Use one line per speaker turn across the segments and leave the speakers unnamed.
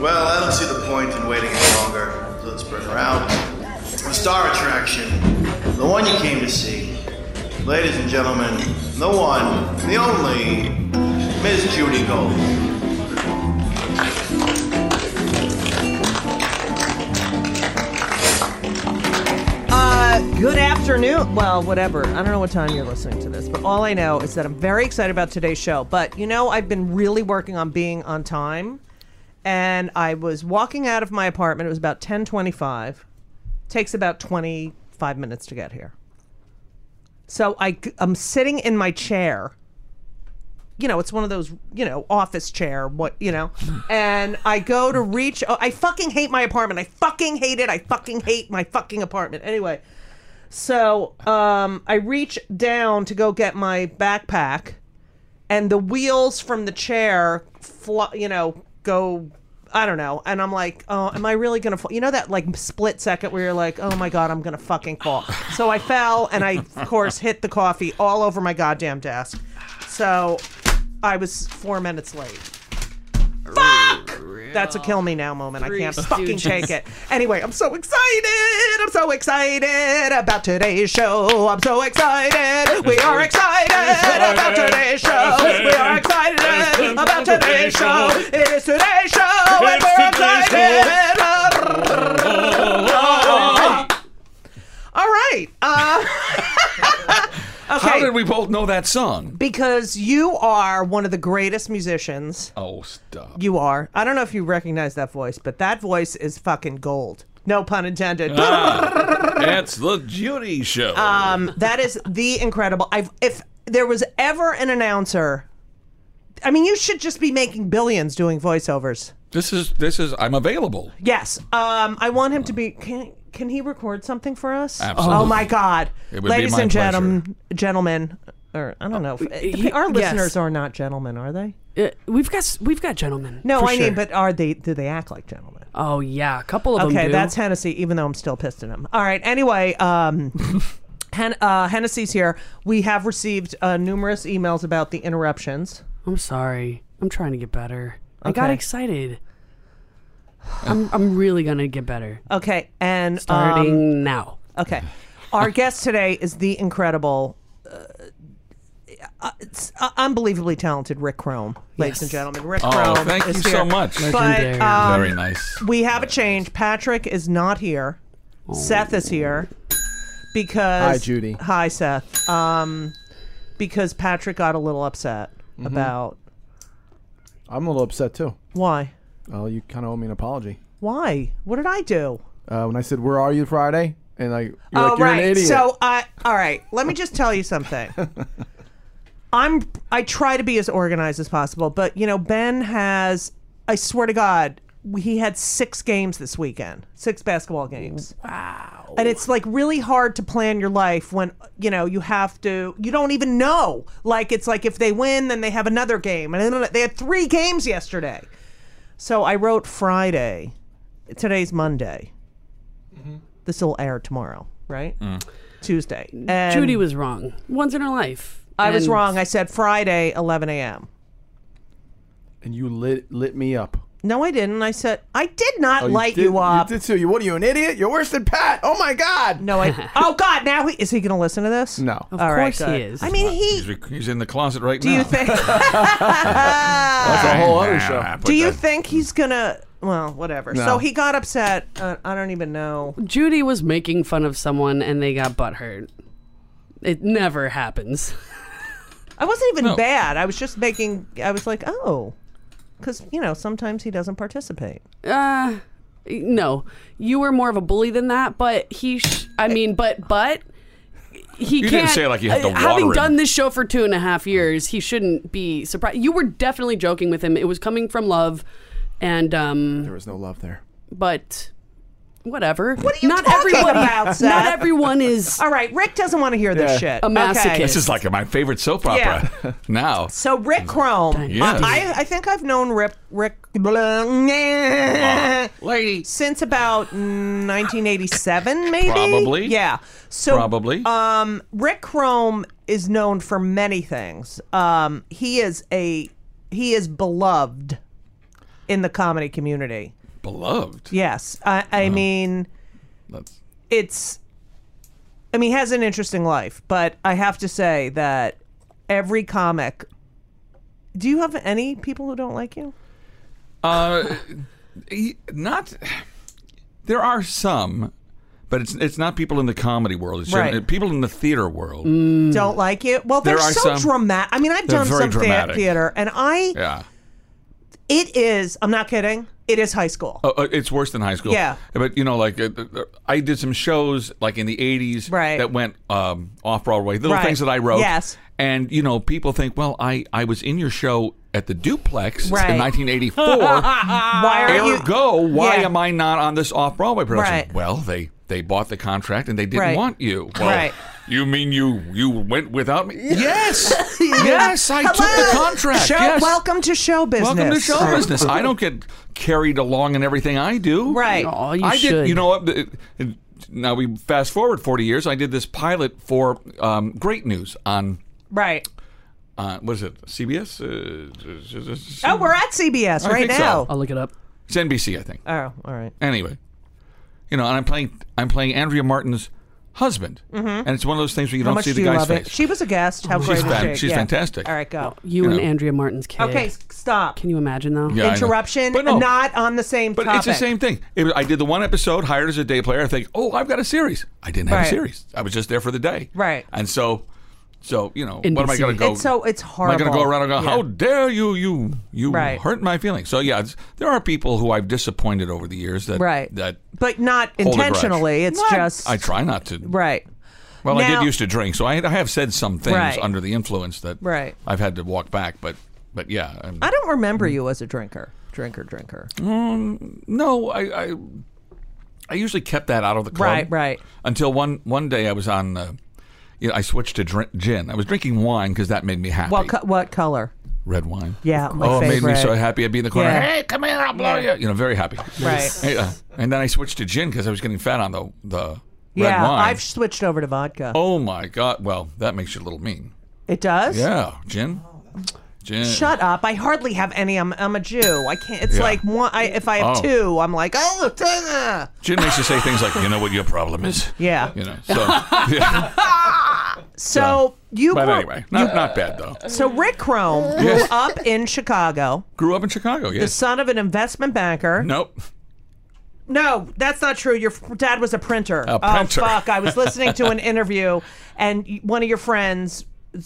Well, I don't see the point in waiting any longer, so let's bring her out. The star attraction, the one you came to see. Ladies and gentlemen, the one, the only, Miss Judy Gold.
Uh, good afternoon. Well, whatever. I don't know what time you're listening to this, but all I know is that I'm very excited about today's show. But you know, I've been really working on being on time, and I was walking out of my apartment. It was about 10:25. Takes about 25 minutes to get here. So I, I'm sitting in my chair. You know, it's one of those, you know, office chair, what, you know, and I go to reach. Oh, I fucking hate my apartment. I fucking hate it. I fucking hate my fucking apartment. Anyway, so um, I reach down to go get my backpack, and the wheels from the chair, fl- you know, go. I don't know. And I'm like, oh, am I really going to fall? You know, that like split second where you're like, oh my God, I'm going to fucking fall. So I fell and I, of course, hit the coffee all over my goddamn desk. So I was four minutes late. Fuck! That's a kill me now moment. I can't fucking take it. Anyway, I'm so excited. I'm so excited about today's show. I'm so excited. We are excited about today's show. We are excited about today's show. It is today's show, and we're excited. All right. Uh, okay.
How did we both know that song?
Because you are one of the greatest musicians.
Oh, stop.
You are. I don't know if you recognize that voice, but that voice is fucking gold. No pun intended.
Ah, it's the Judy Show.
Um, that is the incredible. I've if there was ever an announcer, I mean, you should just be making billions doing voiceovers.
this is this is. I'm available.
Yes. Um, I want him to be. Can can he record something for us?
Absolutely.
Oh my God,
It would be
ladies
my
and
pleasure.
gentlemen, gentlemen, or I don't know. if-
Uh, he-
our
yes.
listeners are not gentlemen, are they?
Uh, we've got s- we've got gentlemen.
No,
for
I
sure.
mean, but are they? Do they act like gentlemen?
oh yeah, a couple of them.
Okay,
do.
that's Hennessy, even though I'm still pissed at him. All right, anyway, um, Hen- uh, Hennessy's here. We have received uh, numerous emails about the interruptions.
I'm sorry. I'm trying to get better. I got
Okay.
excited. I'm I'm really gonna get better
Okay, and um,
starting now.
okay, our guest today is the incredible, uh, uh, it's, uh, unbelievably talented Rick Chrome, ladies
Yes.
and gentlemen. Rick
Oh,
Chrome,
thank you
is
so
here.
much.
But
Legendary.
um,
Very nice.
we have a change. Patrick is not here. Seth is here because
Hi, Judy.
Hi Seth. Um, because Patrick got a little upset
Mm-hmm.
about
I'm a little upset too.
why?
Oh, you kind of owe me an apology.
Why? What did I do?
Uh, when I said, "Where are you Friday?" and like, you're,
All
like, you're
Oh, right.
an idiot.
So I all right. Let me just tell you something. I'm I try to be as organized as possible, but you know Ben has. I swear to God, he had six games this weekend, six basketball games. Wow. And it's like really hard to plan your life when you know you have to. You don't even know. Like it's like if they win, then they have another game, and then they had three games yesterday. So I wrote Friday. Today's Monday.
Mm-hmm.
This will air tomorrow, right? Tuesday. And
Mm. Judy was wrong. Once in her life.
I was
And
wrong. I said Friday, 11 a.m.
and you lit lit me up.
No, I didn't. I said I did not
Oh,
light
did-
you up.
You did too. You what are you an idiot? You're worse than Pat. Oh my God.
No, I. oh God! Now he, is he going to listen to this?
No.
Of
All right,
course he
good.
is.
I mean,
He's,
he.
rec- he's in the closet right
Do
now.
you think?
That's a whole other show.
Ah, put
do you
that-
think he's gonna? Well, whatever.
No.
So he got upset. Uh, I don't even know.
Judy was making fun of someone and they got butthurt. It never happens.
I wasn't even
No.
bad. I was just making. I was like, oh, because you know sometimes he doesn't participate.
Uh, no, you were more of a bully than that. But he, sh- I mean, but but he
You didn't
can't
say, like, you had to
uh, having
water him.
done this show for two and a half years he shouldn't be surprised you were definitely joking with him it was coming from love and
There
um
was no love there.
but whatever what
are you
not
talking
everyone
about,
not
Seth?
everyone is
All right, Rick doesn't want to hear this
Yeah.
shit.
A masochist.
Okay.
This is like my favorite soap opera now.
So Rick Chrome,
Yes.
I, I think I've known Rip, Rick
Ah.
Rick
Lady.
since about 1987, maybe.
Probably.
Yeah. So
Probably.
Um, Rick Chrome is known for many things. Um, he is a he is beloved in the comedy community.
Beloved.
Yes, I, I mean
That's-
it's I mean, he has an interesting life, but I have to say that every comic. Do you have any people who don't like you?
Uh, y- not. There are some, but it's it's not people in the comedy world. It's gen-
Right. Mm.
people in the theater world.
Don't like you? Well, they're
Mm. There are
so
some-
dramatic. I mean, I've
They're
done
very
some thea-
dramatic.
theater, and I
Yeah.
it is. I'm not kidding. It is high school.
Uh, uh, it's worse than high school.
Yeah.
But you know, like uh, uh, I did some shows like in the '80s
Right.
that went um, off Broadway. Little
Right.
things that I wrote.
Yes.
And you know, people think, well, I I was in your show at the Duplex
Right.
in 1984.
Why are you?
Ergo, why
Yeah.
am I not on this off Broadway production?
Right.
Well, they they bought the contract and they didn't
Right.
want you. Well,
Right.
You mean you you went without me? Yes, yes, I took the contract.
Show,
yes.
Welcome to show business.
Welcome to show business. I don't get carried along in everything I do.
Right.
oh you
I
should
did. You know what? the- it- Now we fast forward forty years. I did this pilot for um, Great News on.
Oh, Right.
Uh, what is it? CBS? Uh,
Oh, we're at CBS
I
right
think so.
now.
i'll look it up
it's NBC, I think.
Oh, all right.
Anyway, you know, and I'm playing I'm playing Andrea Martin's husband, and it's one of those things where
Mm-hmm.
you
How
don't
much
see
do
the
you
guy's
love
face.
it? She was a guest. How great
fan-
is she?
she's
Yeah.
fantastic.
All right, go.
you and
Yeah.
andrea martin's kid
Okay, s- stop.
can you imagine though
Yeah, I know.
Interruption.
But no.
Not on the same
But
topic.
it's the same thing. It was- I did the one episode, hired as a day player. I think, oh, I've got a series. I didn't have
Right.
a series. I was just there for the day.
Right.
And so, so you know, what am I
NBC.
going to go?
It's so- it's
Am I going to
horrible.
go around and go,
Yeah.
how dare you? You you
Right.
hurt my feelings. So yeah, it's, there are people who I've disappointed over the years. That
Right.
That
But not
hold a grudge.
intentionally. It's
Not-
just.
I try not to.
Right.
Well, I
Now-
did used to drink, so I, I have said some things
Right.
under the influence that
Right.
I've had to walk back. But but yeah, I'm-
I don't remember
Mm.
you as a drinker. Drinker, drinker.
No, I, I I usually kept that out of the club.
Right, right.
Until one one day I was on. Uh, you know, I switched to drink, gin. I was drinking wine because that made me happy.
What co- what color?
Red wine.
Yeah, my
oh, it made me so
favorite.
happy. I'd be in the corner.
Yeah.
Hey, come here, I'll blow you. You know, very happy.
Right.
Hey, uh, and then I switched to gin because I was getting fat on the the red
yeah,
wine.
I've switched over to vodka.
oh my god. Well, that makes you a little mean.
It does.
Yeah, gin. Gin.
Shut up! I hardly have any. I'm, I'm a Jew. I can't. It's
Yeah.
like one. I, if I have
Oh.
two, I'm like oh. uh,
Gin makes you say things like, you know what your problem is.
Yeah.
You know. So. yeah.
So you.
But
grew-
anyway, not not bad though.
So Rick Chrome grew
Yes.
up in Chicago,
Grew up in Chicago,
the
yes.
son of an investment banker.
Nope.
No, that's not true. Your f- dad was a printer.
A printer.
Oh, fuck. I was listening to an interview, and y- one of your friends'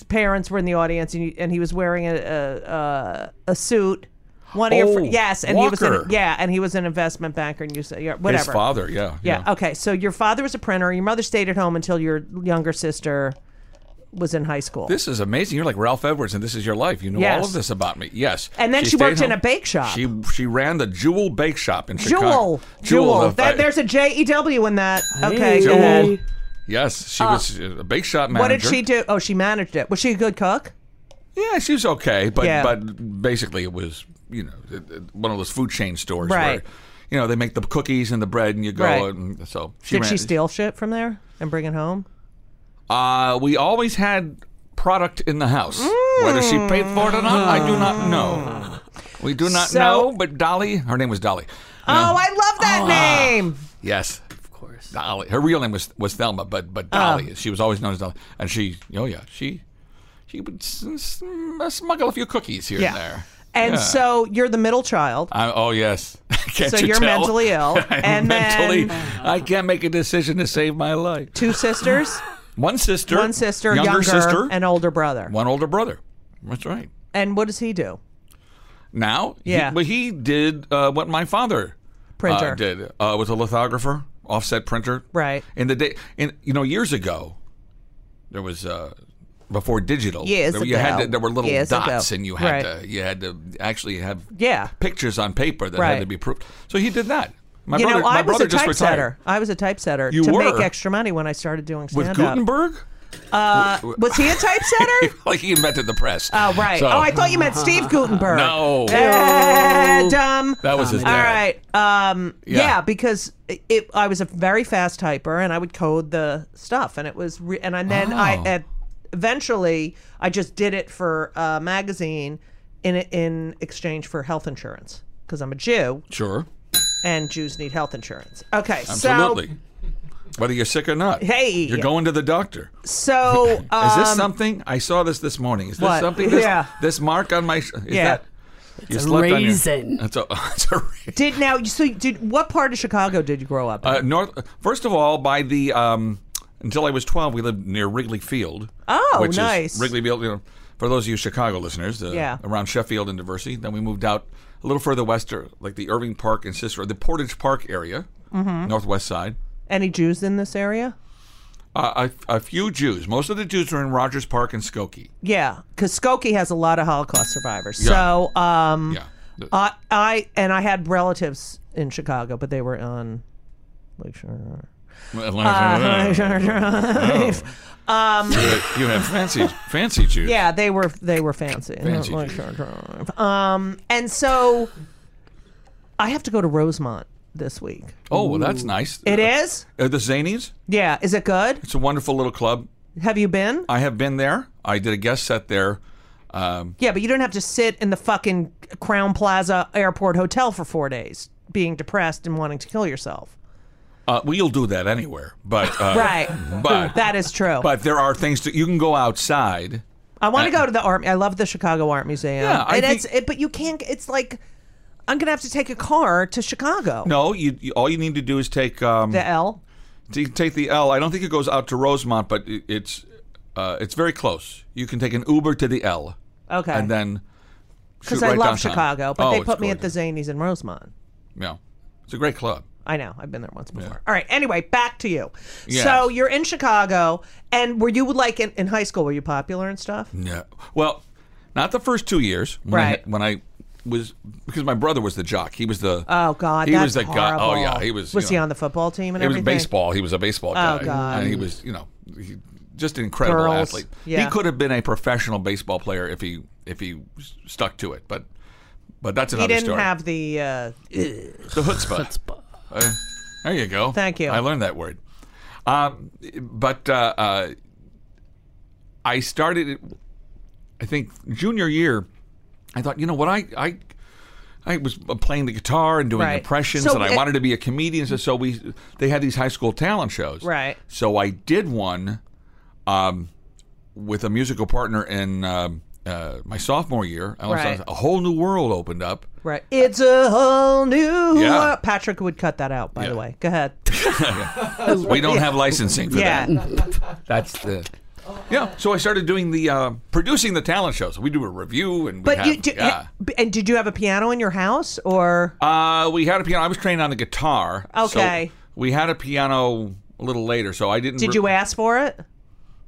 parents were in the audience, and, you, and he was wearing a a, a, a suit. One of your fr-
Oh,
yes, and he was
Walker.
an, yeah, and he was an investment banker, and you said yeah, whatever.
His father, yeah.
Yeah. oh. Okay. So your father was a printer. Your mother stayed at home until your younger sister was in high school.
This is amazing. You're like Ralph Edwards, and this is your life. You know all
Yes.
of this about me. Yes.
And then she
stayed
worked in
home.
a bake shop.
She she ran the Jewel Bake Shop in
Jewel.
Chicago.
Jewel.
if
That-
I-
there's a J E W in that. Okay.
Hey.
go ahead.
yes, she was a bake shop manager.
What did she do? Oh, she managed it. Was she a good cook?
Yeah, she was okay, but
Yeah.
but basically it was you know it- it- one of those food chain stores
Right.
where you know they make the cookies and the bread, and you go
Right.
and so she
Did
ran,
she steal shit from there and bring it home?
Uh, we always had product in the house. Whether she paid for it or not, I do not know. We do not
Hmm. So-
know, but Dolly, her name was Dolly. You know,
Oh, I love that name.
yes. Of course. Dolly. Her real name was, was Thelma, but but
Uh.
Dolly. She was always known as Dolly. And she, oh yeah, she she would s- s- smuggle a few cookies here
Yeah.
and there.
And
Yeah.
so you're the middle child.
I, oh yes. Can't
So
you
you're
tell?
mentally ill,
I'm
and
mentally,
then-
I can't make a decision to save my life.
Two sisters,
One sister,
one sister,
younger, sister,
and older brother.
one older brother. That's right.
And what does he do?
Now, He-
Yeah.
but he did uh, what my father
Printer.
uh, did. Uh, was a lithographer, offset printer.
Right.
In the day, in you know, years ago, there was uh, before digital.
Years
there, you had
ago.
to, there were little
Years
dots,
ago.
and you had
Right.
to you had to actually have
Yeah.
pictures on paper that
Right.
had to be proved. So he did that. My
you
brother,
know,
my
I was
brother
a
just
typesetter.
retired
I was a typesetter
You
to
were?
make extra money when I started doing
with
stand up.
Gutenberg.
Uh, was he a typesetter?
like he invented the press.
Oh right.
So-
oh, I thought you meant Steve Gutenberg.
No.
Eh, dumb.
That was his
All
dad.
right. Um, yeah.
Yeah.
because it, it- I was a very fast typer, and I would code the stuff, and it was, re- and, I- and then I
Oh.
at, eventually I just did it for a magazine in in exchange for health insurance because I'm a Jew
Sure.
and Jews need health insurance. Okay,
Absolutely. Whether you're sick or not.
Hey.
You're going to the doctor. Is
so so um,
this something? I saw this this morning. Is this
what?
something? This,
Yeah.
this mark on my. Is
Yeah.
That, you
a
slept on your-
raisin.
It's a, it's a raisin.
did now so did what part of Chicago did you grow up? in?
Uh, north. First of all, by the um, until I was twelve, we lived near Wrigley Field.
Oh,
which
nice.
Is Wrigley Field. You know, for those of you Chicago listeners, uh,
Yeah.
around Sheffield and Diversity. Then we moved out a little further west, or like the Irving Park and Cicero, the Portage Park area,
Mm-hmm.
northwest side.
Any Jews in this area?
Uh, a, a few Jews. Most of the Jews are in Rogers Park and Skokie.
Yeah, because Skokie has a lot of Holocaust survivors.
Yeah.
So, um,
Yeah. The-
I, I and I had relatives in Chicago, but they were on Lake Shore.
Atlanta-
uh, Um,
Oh. you have fancy, fancy Jews.
yeah, they were they were fancy.
Fancy
Lake
Jews.
Shore Drive. Um, and so I have to go to Rosemont this week.
Oh, well, that's nice.
It is.
Uh, the Zanies.
Yeah, is it good?
It's a wonderful little club.
Have you been?
I have been there. I did a guest set there. Um,
Yeah, but you don't have to sit in the fucking Crown Plaza Airport Hotel for four days, being depressed and wanting to kill yourself.
uh, well, you'll do that anywhere, but uh,
Right.
But
That is true.
but there are things to you can go outside.
I want to go to the art. I love the Chicago Art Museum.
Uh, Yeah, I
and
think-
it's it, but you can't. It's like I'm gonna have to take a car to Chicago.
No, you, you all you need to do is take um,
The L.
to take the L. I don't think it goes out to Rosemont, but it, it's uh, it's very close. You can take an Uber to the L.
Okay.
And then
Because
shoot
I
right
love
downtown.
Chicago, but
Oh,
they
it's
put me at the
gorgeous.
Zanies in Rosemont.
Yeah, it's a great club.
I know. I've been there once before. All right. Anyway, back to you.
Yes.
So you're in Chicago, and were you like in, in high school? Were you popular and stuff?
No. Well, not the first two years. When I,
Right.
when I was because my brother was the jock. He was the.
Oh God,
He
that's
was the guy.
horrible.
Oh yeah, he was.
Was
you
he
know,
on the football team and
It was
everything? Oh,
baseball. He was a baseball guy.
God.
And he was, you know, he, just an incredible
Girls.
athlete.
Yeah.
He could have been a professional baseball player if he if he s- stuck to it, but but that's
He
another
didn't
story.
have the. Uh,
the chutzpah. Uh, there you go.
Thank you.
I learned that word. Um, but uh, uh, I started, I think, junior year. I thought, you know what, I I, I was playing the guitar and doing
Right.
impressions,
So
and I
it-
wanted to be a comedian. So, so we they had these high school talent shows.
Right.
So I did one, um, with a musical partner in um, uh, my sophomore year. I was-
Right.
A whole new world opened up.
right. It's a whole new.
Yeah.
world. Patrick would cut that out. By the
Yeah.
way, go ahead.
We don't have licensing for that.
Yeah.
That's the. Yeah, so I started doing the uh, producing the talent shows. We do a review and we
But
have,
you do,
yeah.
and did you have a piano in your house or
Uh, we had a piano. I was trained on the guitar. so
Okay.
we had a piano a little later, so I didn't.
did
re-
you ask for it?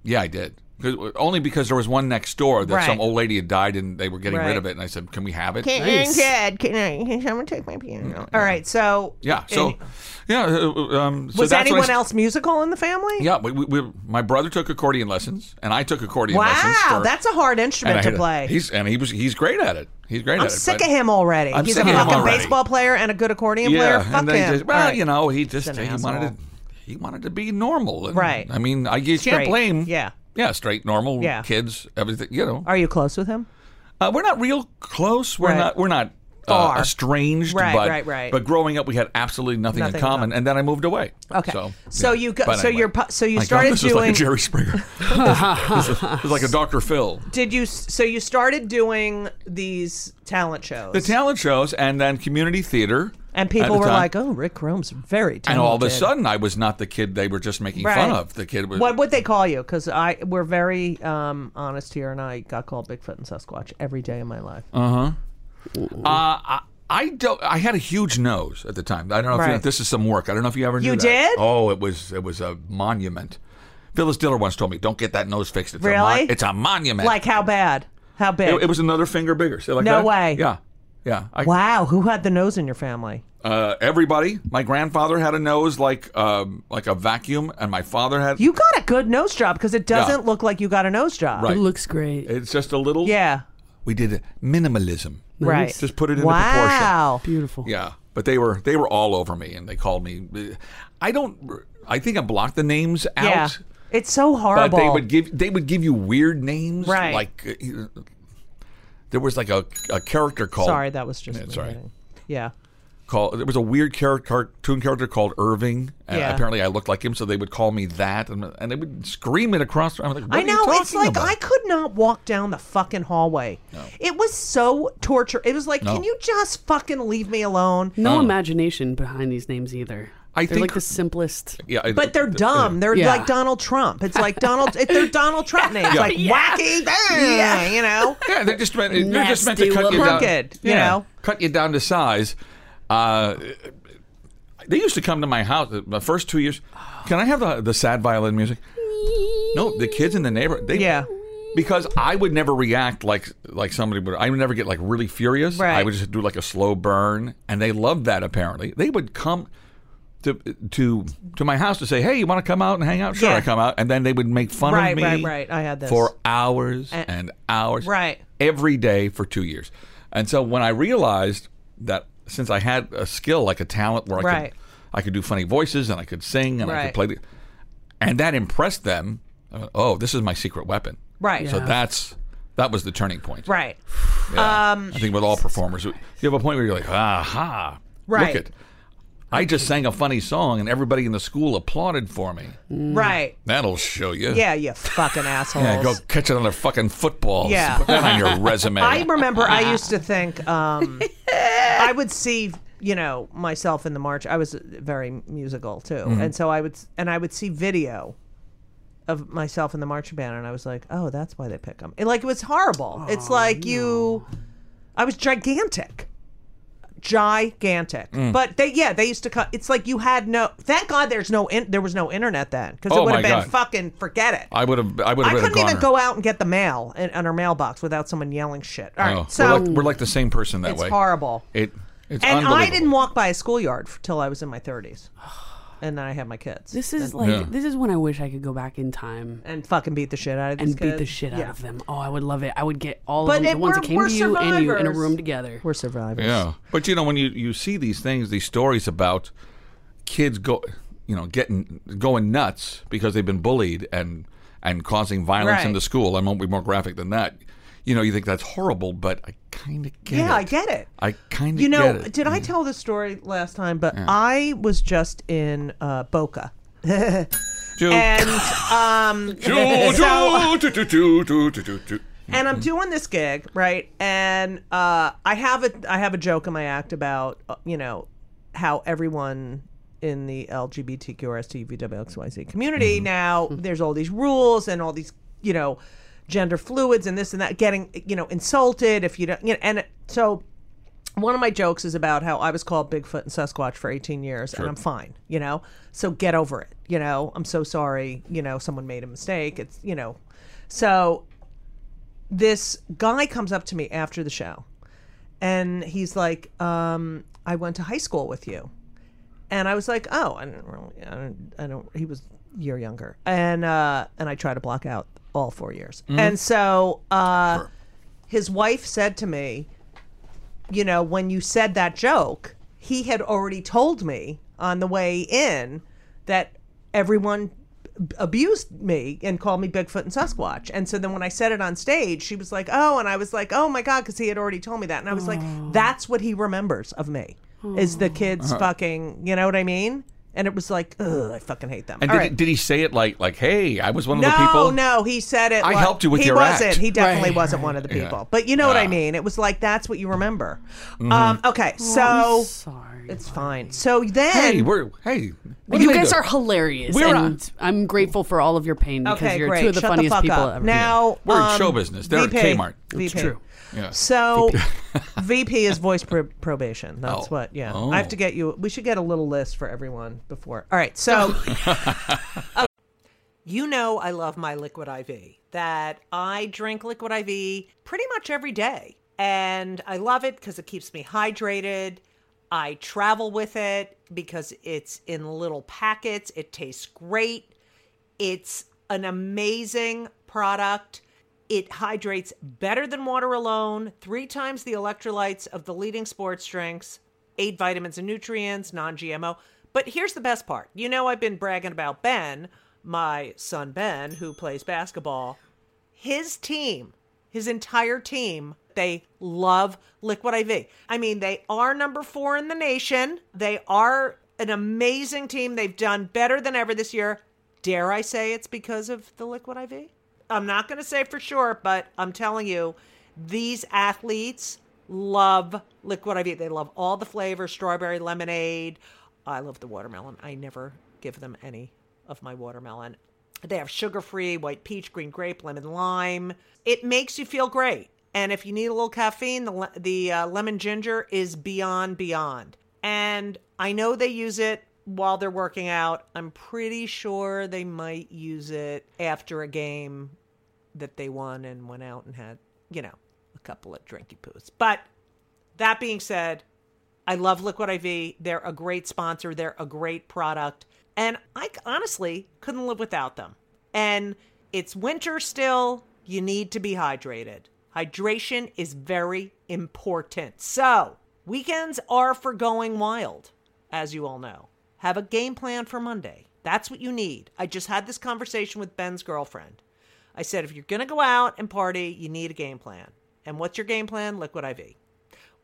Yeah, I did. 'Cause- uh, Only because there was one next door that
Right.
some old lady had died and they were getting
Right.
rid of it, and I said, "Can we have it?"
Nice.
Dad, can I? Can someone take my piano? All right. Mm, So
Yeah. So,
and-
yeah. uh, Um, so
was
that's when I
anyone
st-
else musical in the family?
Yeah, we, we, we, my brother took accordion lessons, and I took accordion lessons.
Wow,
for-
that's a hard
and I
instrument to
had a-
play.
he's and he was he's great at it. He's great at
I'm
it.
sick
but-
of him already.
I'm
he's
sick
a
of him
fucking
already.
baseball player and a good accordion player. Fuck
and then he
him.
just- well,
All right.
you know, he just he
asshole.
wanted to he wanted to be normal. And,
Right.
I mean, I you
Straight.
can't blame.
Yeah.
Yeah, straight, normal
Yeah.
kids, everything. You know,
Are you close with him?
uh, we're not real close. We're
Right.
not. We're not. Uh,
Far.
estranged,
Right,
but
right, right.
but growing up, we had absolutely nothing,
Nothing in
in common,
common.
and then I moved away.
Okay.
So,
So
yeah.
you go-
But
so
anyway.
you're pu- so you
My God,
started
this is like
doing-
a Jerry Springer. this, is, this is like a Dr. Phil.
Did you? So you started doing these talent shows,
The talent shows, and then community theater,
and
at
people
the
were
time.
like, "Oh, Rick Rome's very talented."
and all of a sudden, I was not the kid they were just making fun
Right.
of. The kid was
What would they call you? Because I we're very um, honest here, and I got called Bigfoot and Sasquatch every day of my life.
Um, Uh, I, I don't. I had a huge nose at the time. I don't know if you-
Right.
this is some work. I don't know if you ever knew
You
that.
did?
Oh, it was it was a monument. Phyllis Diller once told me, "Don't get that nose fixed. It's a mon-
Really?
it's a monument.
Like how bad? How big?
it, it was another finger bigger. See, like
No
that?
way.
Yeah, yeah. I,
wow, who had the nose in your family?
uh, everybody. My grandfather had a nose like um, like a vacuum, and my father had.
You got a good nose job because it doesn't look like you got a nose job.
Right.
It looks great.
it's just a little.
Yeah.
We did it. minimalism.
Right.
Just put it into proportion.
wow.
Beautiful.
Yeah, but they were they were all over me, and they called me. I don't. I think I blocked the names out.
Yeah. It's so
But
horrible.
they would give they would give you weird names,
Right.
Like uh, there was like a, a character called
Sorry, that was just.
Yeah,
me
sorry.
hitting. Yeah.
called there was a weird char- cartoon character called Irving. And
Yeah.
apparently, I looked like him, so they would call me that, and, and they would scream it across. I'm like, what
I
are
know.
you talking
It's like
about?
I could not walk down the fucking hallway. It was so torture. It was like,
No.
can you just fucking leave me alone?
No imagination behind these names either.
I
They're
think-
like the simplest.
yeah, I-
But they're dumb. They're
Yeah.
like Donald Trump. It's like Donald. it, they're Donald Trump names. Like wacky. Yeah. You know.
Yeah, they're just meant they're just meant to
Nasty
cut you
little-
down.
Crooked, you know?
cut you down to size. Uh, they used to come to my house the first two years. Can I have the the sad violin music? No, the kids in the neighborhood. They,
Yeah.
Because I would never react like like somebody would. I would never get like really furious. I
Right.
would just do like a slow burn, and they loved that. Apparently, they would come to to to my house to say, "Hey, you want to come out and hang out?" Sure,
Yeah.
I come out, and then they would make fun
Right,
of me.
right, right. I had this.
for hours and, hours.
Right.
Every day for two years. And so when I realized that since I had a skill, like a talent where I
Right.
could I could do funny voices and I could sing and I could
Right.
play the and that impressed them. I went, oh, this is my secret weapon.
Right.
So
Yeah.
that's that was the turning point.
Right.
Yeah. I think with all performers, you have a point where you're like, aha.
Right.
Look it. I just sang a funny song and everybody in the school applauded for me.
Right.
That'll show you.
Yeah. You fucking assholes.
Yeah, go catch another fucking football.
Yeah.
Put that on your resume.
I remember I used to think um, I would see you know myself in the march. I was very musical too,
Mm-hmm.
and so I would and I would see video of myself in the marching band, and I was like, oh, that's why they pick them. And like it was horrible. it's like you, I was gigantic. Gigantic,
Mm.
but they yeah they used to cut. It's like you had no. Thank God there's no in, there was no internet then because
Oh,
it would have
my
been
God.
fucking forget it.
I would have. I would
I
have been a
couldn't even go
goner.
out and get the mail in, on our mailbox without someone yelling shit. All right,
Oh,
so
we're like, we're like the same person that
it's
way.
horrible.
It. It's
and
unbelievable.
I didn't walk by a schoolyard f- till I was in my thirties, and then I had my kids
This is like
Yeah.
this is when I wish I could go back in time
and fucking beat the shit out of these
and beat the
kids.
shit
Yeah.
out of them. Oh, I would love it. I would get all
But
of them,
it-
the ones that
we're-
came
we're
to you and you in a
survivors.
room together.
We're survivors.
Yeah, but you know when you you see these things, these stories about kids go, you know, getting going nuts because they've been bullied and and causing violence
Right.
in the school. I won't be more graphic than that. You know, you think that's horrible, but I kind of get it.
Yeah, I get it.
I kind of
You know,
get it. Mm.
did I tell this story last time? But I was just in uh, Boca,
Choo,
and um,
choo,
so-
choo, choo, choo, choo, choo, choo, choo.
and I'm doing this gig, right? And uh, I have a I have a joke in my act about uh, you know how everyone in the LGBTQRSTUVWXYZ community now there's all these rules and all these you know gender fluids and this and that getting you know insulted if you don't you know, and it- so one of my jokes is about how I was called Bigfoot and Sasquatch for 18 years and I'm fine, you know? So get over it, you know? I'm so sorry, you know, someone made a mistake. It's, you know. So this guy comes up to me after the show and he's like, um, I went to high school with you. And I was like, oh, I don't really, I don't, I don't, he was a year younger. And, uh, and I tried to block out all four years. And so, uh, his wife said to me, you know, when you said that joke, he had already told me on the way in that everyone b- abused me and called me Bigfoot and Sasquatch. And so then when I said it on stage, she was like, "Oh," and I was like, "Oh my god," because he had already told me that, and I was like, "That's what he remembers of me is the kids
Uh-huh.
fucking," you know what I mean? And it was like, "Ugh, I fucking hate them."
And
All
did,
right.
did he say it like like Hey, I was one of
no,
the people.
no, he said it.
I
like-
helped you with
he
your act. Ah.
wasn't. He definitely
Right,
wasn't one of the people. But you know what I mean. It was like that's what you remember.
Mm-hmm.
Um, okay, so
I'm Oh, sorry.
it's fine. So then,
Hey, we're hey. what
you
they
guys
do?
are hilarious,
We're
and I'm grateful for all of your pain because
okay,
you're
great.
two of the
Shut
funniest
the fuck
people
up.
ever.
Now
We're in
um,
show business. They're at
VP.
Kmart.
VP.
true.
Yeah.
So VP is voice pro- probation. That's
Oh.
what. Yeah,
Oh.
I have to get you. We should get a little list for everyone before. All right, so. You know, I love my liquid IV, that I drink liquid IV pretty much every day. And I love it because it keeps me hydrated. I travel with it because it's in little packets. It tastes great. It's an amazing product. It hydrates better than water alone, three times the electrolytes of the leading sports drinks, eight vitamins and nutrients, non GMO. But here's the best part you know, I've been bragging about Ben, my son Ben, who plays basketball. His team, his entire team, they love Liquid IV. I mean, they are number four in the nation. They are an amazing team. They've done better than ever this year. Dare I say it's because of the Liquid IV? I'm not going to say for sure, but I'm telling you, these athletes love liquid IV. They love all the flavors strawberry, lemonade. I love the watermelon. I never give them any of my watermelon. They have sugar free, white peach, green grape, lemon lime. It makes you feel great. And if you need a little caffeine, the, le- the uh, lemon ginger is beyond, beyond. And I know they use it while they're working out. I'm pretty sure they might use it after a game that they won and went out and had, you know, a couple of drinky poos. But that being said, I love Liquid IV. They're a great sponsor, they're a great product. And I c- honestly couldn't live without them. And it's winter still. You need to be hydrated. Hydration is very important. So, weekends are for going wild, as you all know. Have a game plan for Monday. That's what you need. I just had this conversation with Ben's girlfriend. I said, if you're going to go out and party, you need a game plan. And what's your game plan? Liquid IV.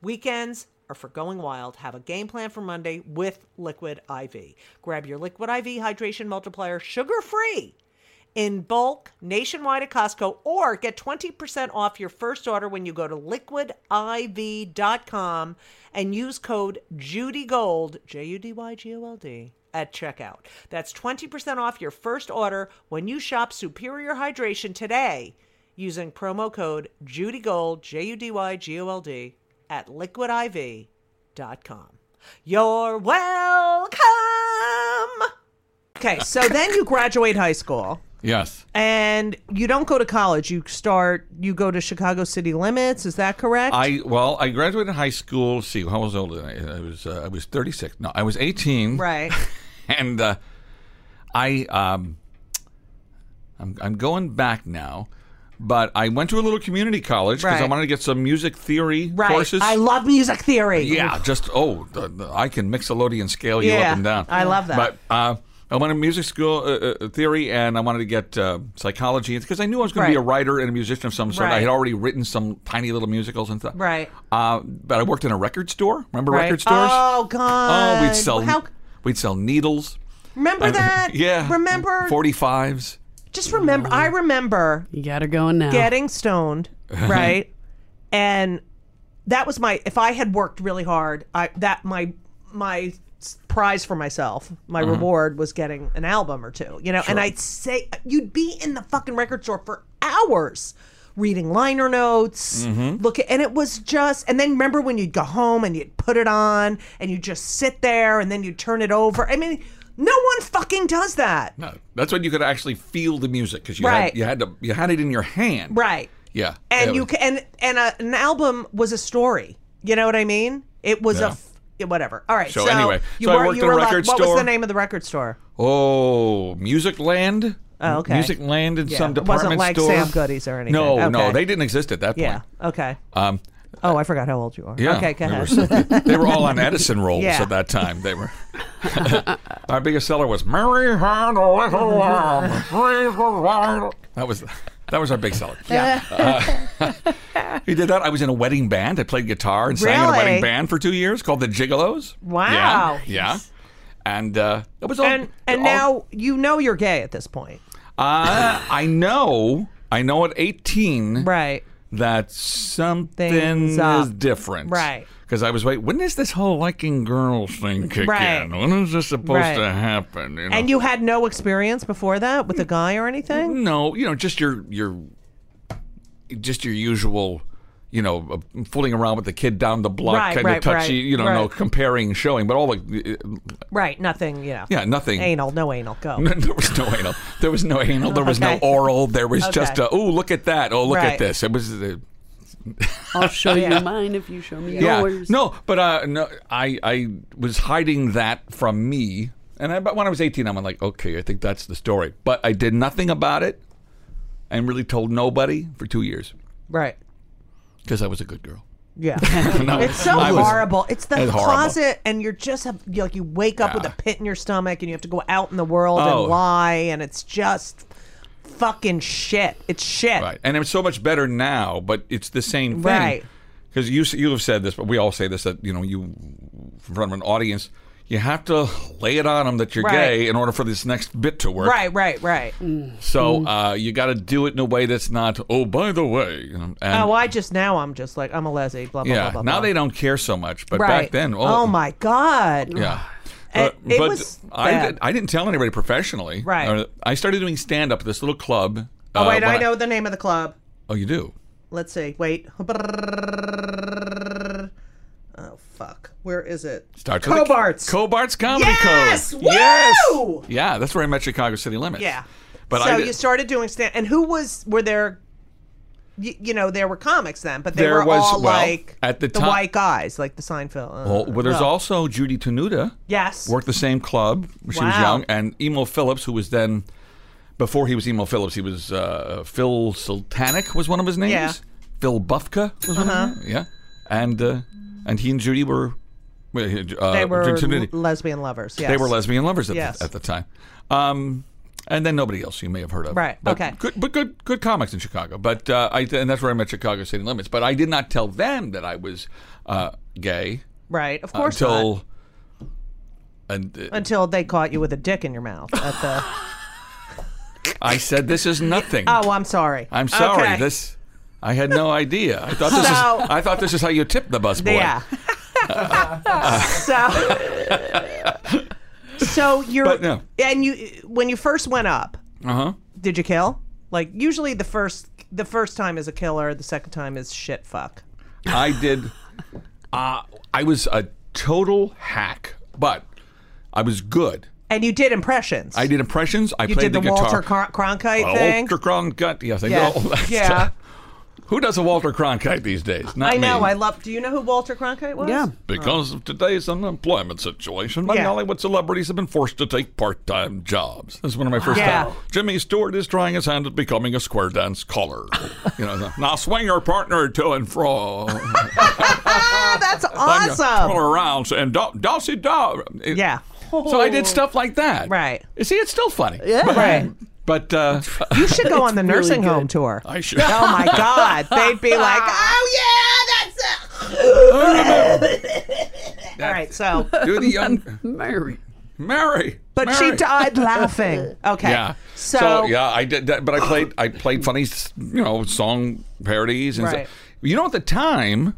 Weekends are for going wild. Have a game plan for Monday with Liquid IV. Grab your Liquid IV hydration multiplier sugar free in bulk nationwide at Costco or get 20% off your first order when you go to liquidiv.com and use code JUDYGOLD, J U D Y G O L D, at checkout. That's 20% off your first order when you shop Superior Hydration today using promo code JUDYGOLD, J U D Y G O L D, at liquidiv.com. You're welcome! Okay, so then you graduate high school
Yes.
and you don't go to college. You start, you go to Chicago City Limits. Is that correct?
I well, I graduated high school. See, how was old? I, I was uh, I was thirty six. No, I was eighteen.
right.
and uh, I um, I'm, I'm going back now, but I went to a little community college because I
Right.
wanted to get some music theory
Right.
courses.
I love music theory.
yeah, just oh, the, the, I can mixolydian scale you
Yeah,
up and down.
I love that.
But uh, I went to music school uh, uh, theory, and I wanted to get uh, psychology because I knew I was going to be a
Right.
writer and a musician of some sort. I
Right.
had already written some tiny little musicals and stuff.
Right.
Uh, but I worked in a record store. Remember
Right.
record stores?
Oh, God.
Oh, we'd sell
How-
we'd sell needles.
Remember that?
yeah.
Remember?
45s.
just remember. I remember
You got her going now.
getting stoned, right? and that was my. If I had worked really hard, I that my my s- prize for myself, my reward was getting an album or two, you know. And I'd say you'd be in the fucking record store for hours. Reading liner notes, look at, and it was just. And then remember when you'd go home and you'd put it on and you'd just sit there and then you'd turn it over. I mean, no one fucking does that,
No, that's when you could actually feel the music because you
Right.
had you had to you had it in your hand.
right?
Yeah.
and
It
you
was-
ca and and a, an album was a story. You know what I mean? It was a
Yeah.
f- yeah, whatever. All right.
So anyway,
you
so I
were,
worked
you
in a
were luck-
record
What was
store.
the name of the record store?
Oh, Music Land.
Oh, okay.
Music Land in some
it wasn't
department
like
store.
Sam Goody's or anything.
No, no,
Okay.
they didn't exist at that point.
Yeah. Okay.
Um,
Oh, I forgot how old you are.
yeah.
Okay. Go
they
ahead.
were- they were all on Edison rolls
Yeah.
at that time. They were. Our biggest seller was Mary had a little lamb. Praise the Lord." That was that was our big seller. Uh,
Yeah.
He did that. I was in a wedding band. I played guitar and sang in a
Really?
wedding band for two years called the Gigolos.
Wow.
Yeah. yeah. And uh, it was all.
and and
all-
now you know you're gay at this point,
uh, I know. I know at eighteen
right?
that something
Things
is
up.
different.
Right.
Because I was waiting. When is this whole liking girls thing kick
Right.
in? When is this supposed
Right.
to happen? You know?
And you had no experience before that with a guy or anything.
No, you know, just your your just your usual you know, uh, fooling around with the kid down the block,
Right,
kind of
right,
touchy,
right,
you know, no
right.
comparing, showing, but all the,
Right. Nothing. Yeah.
Mm-hmm. yeah, nothing.
Anal. No anal. Go.
there was no anal. There was no anal. There was
Okay.
no oral. There was
Okay.
just a, oh, look at that. Oh, look
Right.
at this. It was. Uh,
I'll show
Yeah.
you mine if you show me
yeah.
yours.
No, but uh, no, I I was hiding that from me, and I, but when I was eighteen, I'm like, okay, I think that's the story. But I did nothing about it, and really told nobody for two years
Right.
because I was a good girl.
Yeah.
No,
It's so
I was-
horrible. It's the
It's horrible.
closet, and you're just have, you like you wake up with
Yeah.
a pit in your stomach, and you have to go out in the world
Oh.
and lie, and it's just fucking shit. It's shit.
Right, and it's so much better now, but it's the same thing.
Right.
Because you s- you have said this, but we all say this that you know you in front of an audience, you have to lay it on them that you're
Right.
gay in order for this next bit to work.
Right. Right. Right.
So
Hmm.
uh, you got to do it in a way that's not oh by the way. You know, and,
Oh, I just now I'm just like I'm a lesbian. Blah blah
yeah.
blah blah.
now
blah.
they don't care so much, but
Right.
back then, oh,
oh my god.
yeah.
And
But-
it
but
was
I,
bad.
did, I didn't tell anybody professionally.
Right.
Uh, I started doing stand up at this little club.
Oh
uh,
wait,
when
I know the name of the club.
Oh, you do.
Let's see. Wait. Oh fuck. Where is it?
Starts with a-
Cobarts.
Cobarts Comedy
Yes!
Cove.
Woo!
Yes. Yeah, that's where I met Chicago City Limits.
Yeah.
But
so
I did-
you started doing stand, and who was were there? You, you know, there were comics then, but they
There
were
was-
all
well,
like
at the
the
ti-
white guys, like the Seinfeld. uh,
Well, well, there's
well,
also Judy Tenuta.
Yes.
Worked the same club. when She was
Wow.
young. And Emo Phillips, who was then, before he was Emo Phillips, he was uh, Phil Sultanic was one of his names.
Yeah. Uh-huh.
Phil Bufka was one of his names. Yeah. And, uh, and he and Judy were. well, he- Uh,
they were
Judy Tenuta-
l- lesbian lovers. Yes.
They were lesbian lovers at,
Yes.
the, at the time. Um, and then nobody else you may have heard of.
Right,
But
okay.
Good, but good, good comics in Chicago. But uh, I and that's where I met Chicago City Limits. But I did not tell them that I was uh, gay
right? Of course
until.
not.
And uh,
Until they caught you with a dick in your mouth at the.
I said, "This is nothing."
oh, I'm sorry.
I'm sorry.
Okay.
This, I had no idea. I thought this
So-
is. I thought this is how you tip the busboy.
Yeah. so. so you're.
But no.
And you, when you first went up,
Uh huh.
did you kill? Like usually the first, the first time is a killer. The second time is shit fuck.
I did. Uh, I was a total hack, but I was good.
And you did impressions.
I did impressions. I
You
played
did the,
the, guitar.
Walter Cron- Cronkite
Well,
thing.
Walter Cronkite. Yes, I
Yeah.
know all that
Yeah.
stuff. Who does a Walter Cronkite these days? Not
I know.
me.
I love. Do you know who Walter Cronkite was?
Yeah.
because of today's unemployment situation, many
Yeah.
Hollywood celebrities have been forced to take part-time jobs. This is one of my first.
Yeah.
thoughts. Jimmy Stewart is trying his hand at becoming a square dance caller. you know, now swing your partner to and fro.
Ah, that's
Twirl
awesome.
around and do, do, do.
Yeah.
So I did stuff like that.
Right.
You see, it's still funny. Yeah. But,
Right.
But uh,
You should go on the nursing home tour.
I should.
Oh my God! They'd be like, "Oh yeah, that's it." All right, so
Do the young.
Mary.
Mary.
but she
Mary.
died laughing. Okay,
Yeah.
So,
yeah, I did that, but I played I played funny, you know, song parodies and
Right.
stuff. You know, at the time,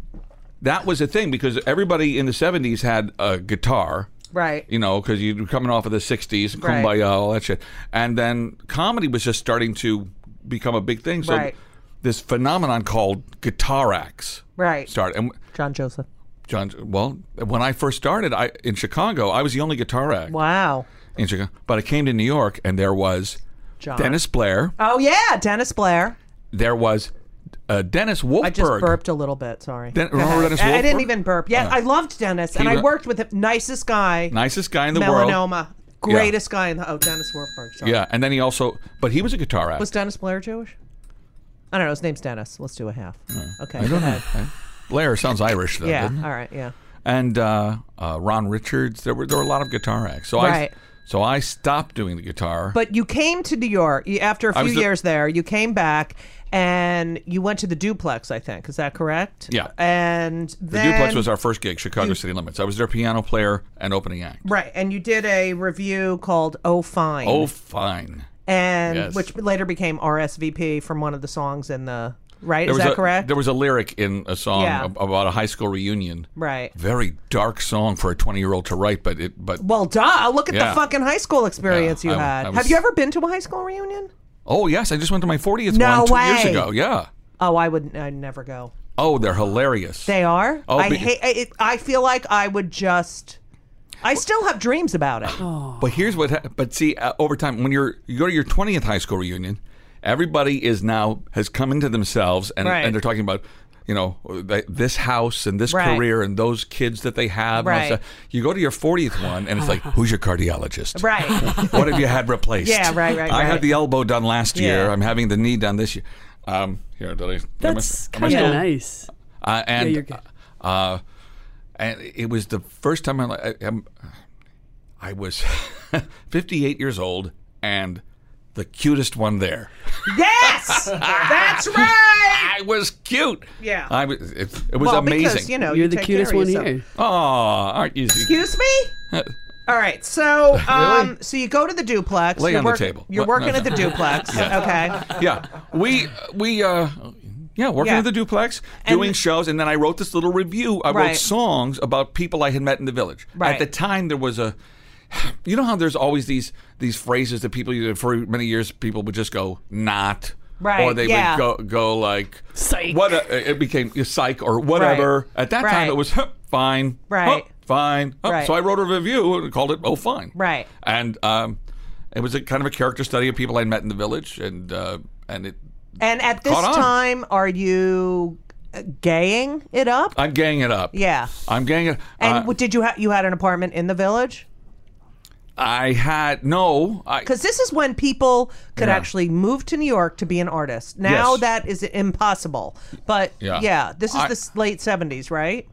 that was a thing because everybody in the '70s had a guitar.
right,
You know, because you were coming off of the '60s,
Right.
Kumbaya, all that shit, and then comedy was just starting to become a big thing. So
Right.
this phenomenon called guitar acts
Right.
started. And
John Joseph.
John, well, when I first started, I in Chicago, I was the only guitar act
Wow.
in Chicago. But I came to New York, and there was
John.
Dennis Blair.
Oh yeah, Dennis Blair.
There was uh, Dennis Wolfberg.
I just burped a little bit. Sorry.
Den- remember Dennis
I, I didn't
Wolfberg?
even burp. Yeah, I loved Dennis, and I
wa-
worked with him. Nicest guy.
Nicest guy in the world.
melanoma. Greatest guy in the oh Dennis Wolfberg. Sorry.
Yeah, and then he also, but he was a guitar act.
Was Dennis Blair Jewish? I don't know. His name's Dennis. Let's do a half. Okay.
Hmm. I don't know. Blair sounds Irish though.
Yeah.
doesn't it?
All right. Yeah.
And uh, uh, Ron Richards. There were there were a lot of guitar acts. So
Right.
I so I stopped doing the guitar.
But you came to New York you- after a
was
few
the-
years there. You came back and you went to the duplex. I think is that correct?
Yeah.
And
the
then,
duplex was our first gig, Chicago City Limits. I was their piano player and opening act.
right. And you did a review called "Oh Fine,"
Oh, fine.
and
yes.
which later became RSVP from one of the songs in the right.
There
Is
was
that
a,
correct?
There was a lyric in a song
Yeah.
ab- about a high school reunion.
right.
Very dark song for a twenty-year-old to write, but it but
Well, duh. Look at
Yeah.
the fucking high school experience
Yeah,
you
I-
had.
I
Have
was-
you ever been to a high school reunion?
Oh yes, I just went to my 40th
No
one two
way.
years ago. Yeah,
Oh, I would. I'd never go.
Oh, they're hilarious.
They are.
Oh,
I
be-
hate. I- It, I feel like I would just. I still have dreams about it.
Oh.
But here's what. hap- But see, uh, over time, when you're you go to your 20th high school reunion, everybody is now has come into themselves, and
Right.
and they're talking about. You know, th- this house and this
Right.
career and those kids that they have. and all that
Right.
stuff. You go to your 40th one and it's like, who's your cardiologist?
Right.
what have you had replaced?
Yeah, right, right,
I
right.
had the elbow done last year.
Yeah.
I'm having the knee done this year. Um, here, did I? am I-
That's
am I
kind of
still-
nice.
uh, and
you're good.
uh, and it was the first time I, I, I'm- I was 58 years old and the cutest one there.
yes, that's right.
I was cute.
Yeah.
I was. It, it was
Well,
amazing.
because you know
You're
you
the
take
cutest
care of
one
yourself.
here.
Oh, aren't you?
Excuse me. All right, so um, so you go to the duplex.
Lay
you're
on the table.
You're
No,
working
no,
at the
no.
duplex. Okay.
yeah, we we uh, yeah, working
Yeah.
at the duplex,
And-
doing shows, and then I wrote this little review. I
Right.
wrote songs about people I had met in the village.
Right.
At the time, there was a, you know how there's always these these phrases that people use for many years. People would just go not. Or
Right,
they
yeah.
would go go like
Psych.
What a, it became yeah, psych or whatever. At that
Right.
time, it was huh, fine. huh,
Right.
fine. huh.
Right.
So I wrote a review and called it "Oh Fine."
Right.
And um, it was a kind of a character study of people I met in the village, and uh, and it
And at this
Caught on.
time, are you uh, gaying it up?
I'm gang it up.
yeah.
I'm gang it.
And
uh,
w did you ha- you had an apartment in the village?
I had no. I,
Because this is when people could
Yeah.
actually move to New York to be an artist. Now
Yes.
that is impossible. But yeah,
Yeah.
this is
I-
the s- late seventies, right?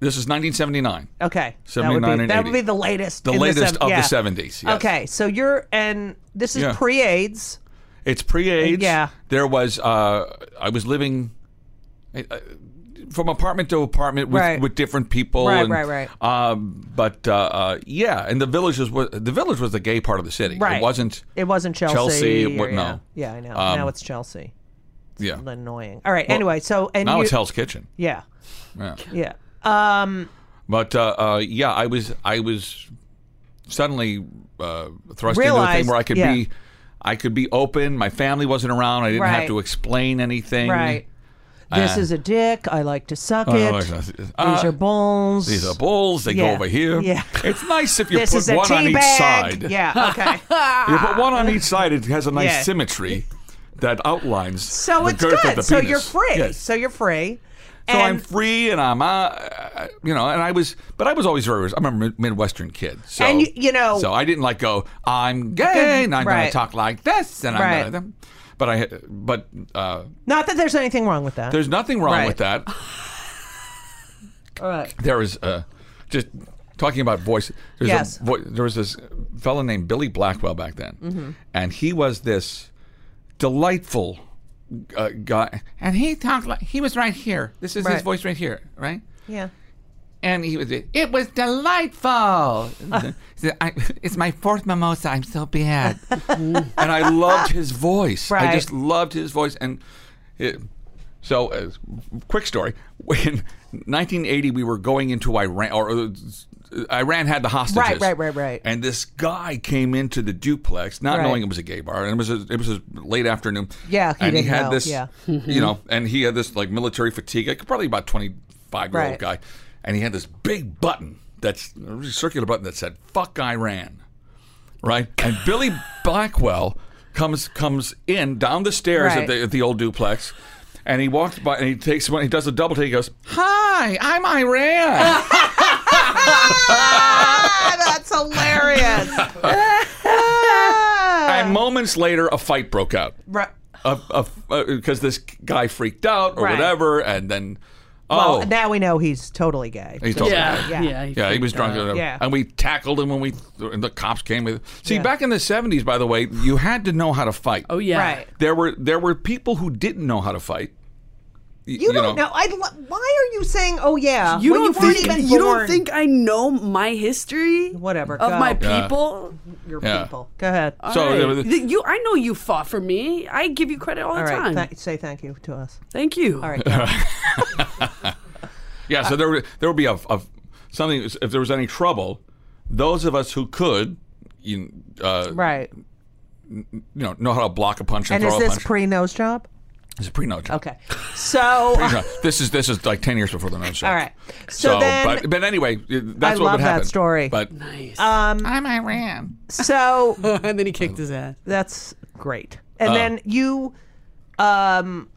this is 1979.
Okay, that would
79
be
and
that would
80.
be the latest.
The
in
latest
sev-
of
yeah.
the 70s. yes.
Okay, so you're and this is
Yeah.
pre-AIDS.
It's pre-AIDS.
Yeah.
There was. Uh, I was living. I- I- from apartment to apartment with,
Right.
with different people,
Right,
and,
right, right.
Um, but uh, uh, yeah, and the villages was the village was the gay part of the city.
Right.
It wasn't.
It wasn't Chelsea.
Chelsea,
or-
what- no.
yeah. Yeah, I know.
Um,
now it's Chelsea.
Yeah.
Annoying. All right. anyway, so and
Now
you,
it's Hell's Kitchen.
Yeah.
Yeah.
Yeah. Um.
But uh, uh, yeah, I was I was suddenly uh, thrust into a
Realized,
thing where I could
yeah.
be I could be open. My family wasn't around. I didn't
Right.
have to explain anything.
Right. This
Uh,
is a dick. I like to suck
Oh,
it.
like that.
These
Uh,
are balls.
These are bulls. They
Yeah.
go over here.
Yeah.
It's nice if you
This
put
is a
one on
tea
each
bag.
side.
Yeah. Okay.
You put one on each side. It has a nice
Yeah.
symmetry that outlines
so
the
it's
girth of
good.
the
So
penis.
you're free.
Yes.
So you're free.
So
and
I'm free and I'm, uh, uh, you know, and I was, but I was always very, I'm a mid- Midwestern kid. So,
And you- you know-
so I didn't like go, I'm gay and I'm going
right.
to talk like this and
Right.
I'm going to, but I, but uh,
not that there's anything wrong with that.
there's nothing wrong
Right.
with that.
All right.
There is, uh, just talking about voice, there's a
Yes.
vo- there was this fellow named Billy Blackwell back then,
Mm-hmm.
and he was this delightful uh, guy. And he talked like, he was right here. This is
Right.
his voice right here, right?
Yeah.
And he was, it was delightful. He said, "I- it's my fourth mimosa. I'm so bad. and I loved his voice.
Right.
I just loved his voice. And it, so, uh, quick story. In 1980, we were going into Iran, or uh, Iran had the hostages.
Right, right, right, right.
And this guy came into the duplex, not
Right.
knowing it was a gay bar, and it was a, it was a late afternoon.
Yeah, he
and he
didn't
had
know,
this,
yeah.
you know, and he had this like military fatigue, like, probably about 25 year old
Right.
guy guy, and he had this big button that's a really circular button that said "fuck Iran," right? And Billy Blackwell comes comes in down the stairs
Right.
at, the, at the old duplex, and he walks by and he takes one. He does a double take. He goes, "Hi, I'm Iran."
Ah, that's hilarious.
and moments later, a fight broke out
right.
because this guy freaked out or
Right.
whatever, and then oh.
Well, now we know he's totally gay.
He's talking
Yeah,
Yeah.
yeah,
Yeah, he was drunk.
uh, Yeah.
And we tackled him when we, and the cops came with. See,
Yeah.
back in the 70s, by the way, you had to know how to fight.
Oh yeah,
Right.
There were there were people who didn't know how to fight. Y-
You, don't know. I. Lo- why are you saying? Oh yeah.
You
when
don't
you weren't
think
even
you
born?
don't think I know my history?
Whatever,
of
go.
my
Yeah.
people.
your
Yeah.
people. Go ahead.
So
All
there
right.
was-
Th- you, I know you fought for me. I give you credit all the
All right.
time.
Th- say thank you to us.
Thank you.
All right. go.
Yeah, so there would there would be a, a something if there was any trouble, those of us who could, you, uh,
right.
you know, know how to block a punch
And
and, throw
is
a
this
punch.
pre nose job?
It's a pre-note job.
Okay. So
No, this is this is like ten years before the note job.
All right. So then-
but, but anyway, that's
I
what
love
would
that
happen.
story.
But
I'm Iran.
so
and then he
Um,
kicked his ass.
that's great.
Uh.
And then you um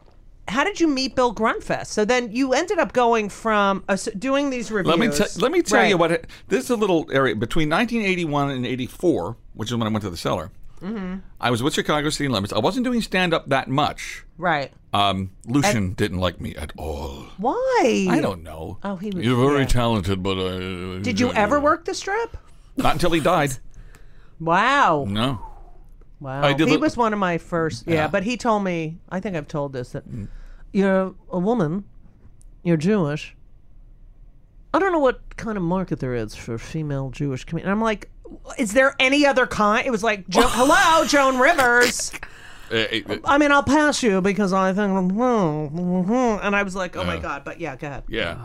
how did you meet Bill Grunfest? So then you ended up going from uh, so doing these reviews.
let me tell let me tell you
Right.
what it- this is a little area between 1981 and 84, which is when I went to the cellar.
Mm-hmm.
I was with Chicago City Limits. I wasn't doing stand up that much.
Right.
Um, Lucian didn't like me at all.
Why?
I don't know.
Oh, he was-
You're very
yeah.
talented, but uh,
Did you ever work the strip?
Not until he died.
Wow.
No.
Wow.
I did
he
look-
was one of my first. Yeah, but he told me, I think I've told this, that
Mm.
you're a woman, you're Jewish. I don't know what kind of market there is for female Jewish comedian. I'm like, is there any other kind? It was like, jo- hello, Joan Rivers.
Uh, uh,
I mean, I'll pass you because I think, mhm, mhm," and I was like, oh my God. But yeah, go ahead.
Yeah.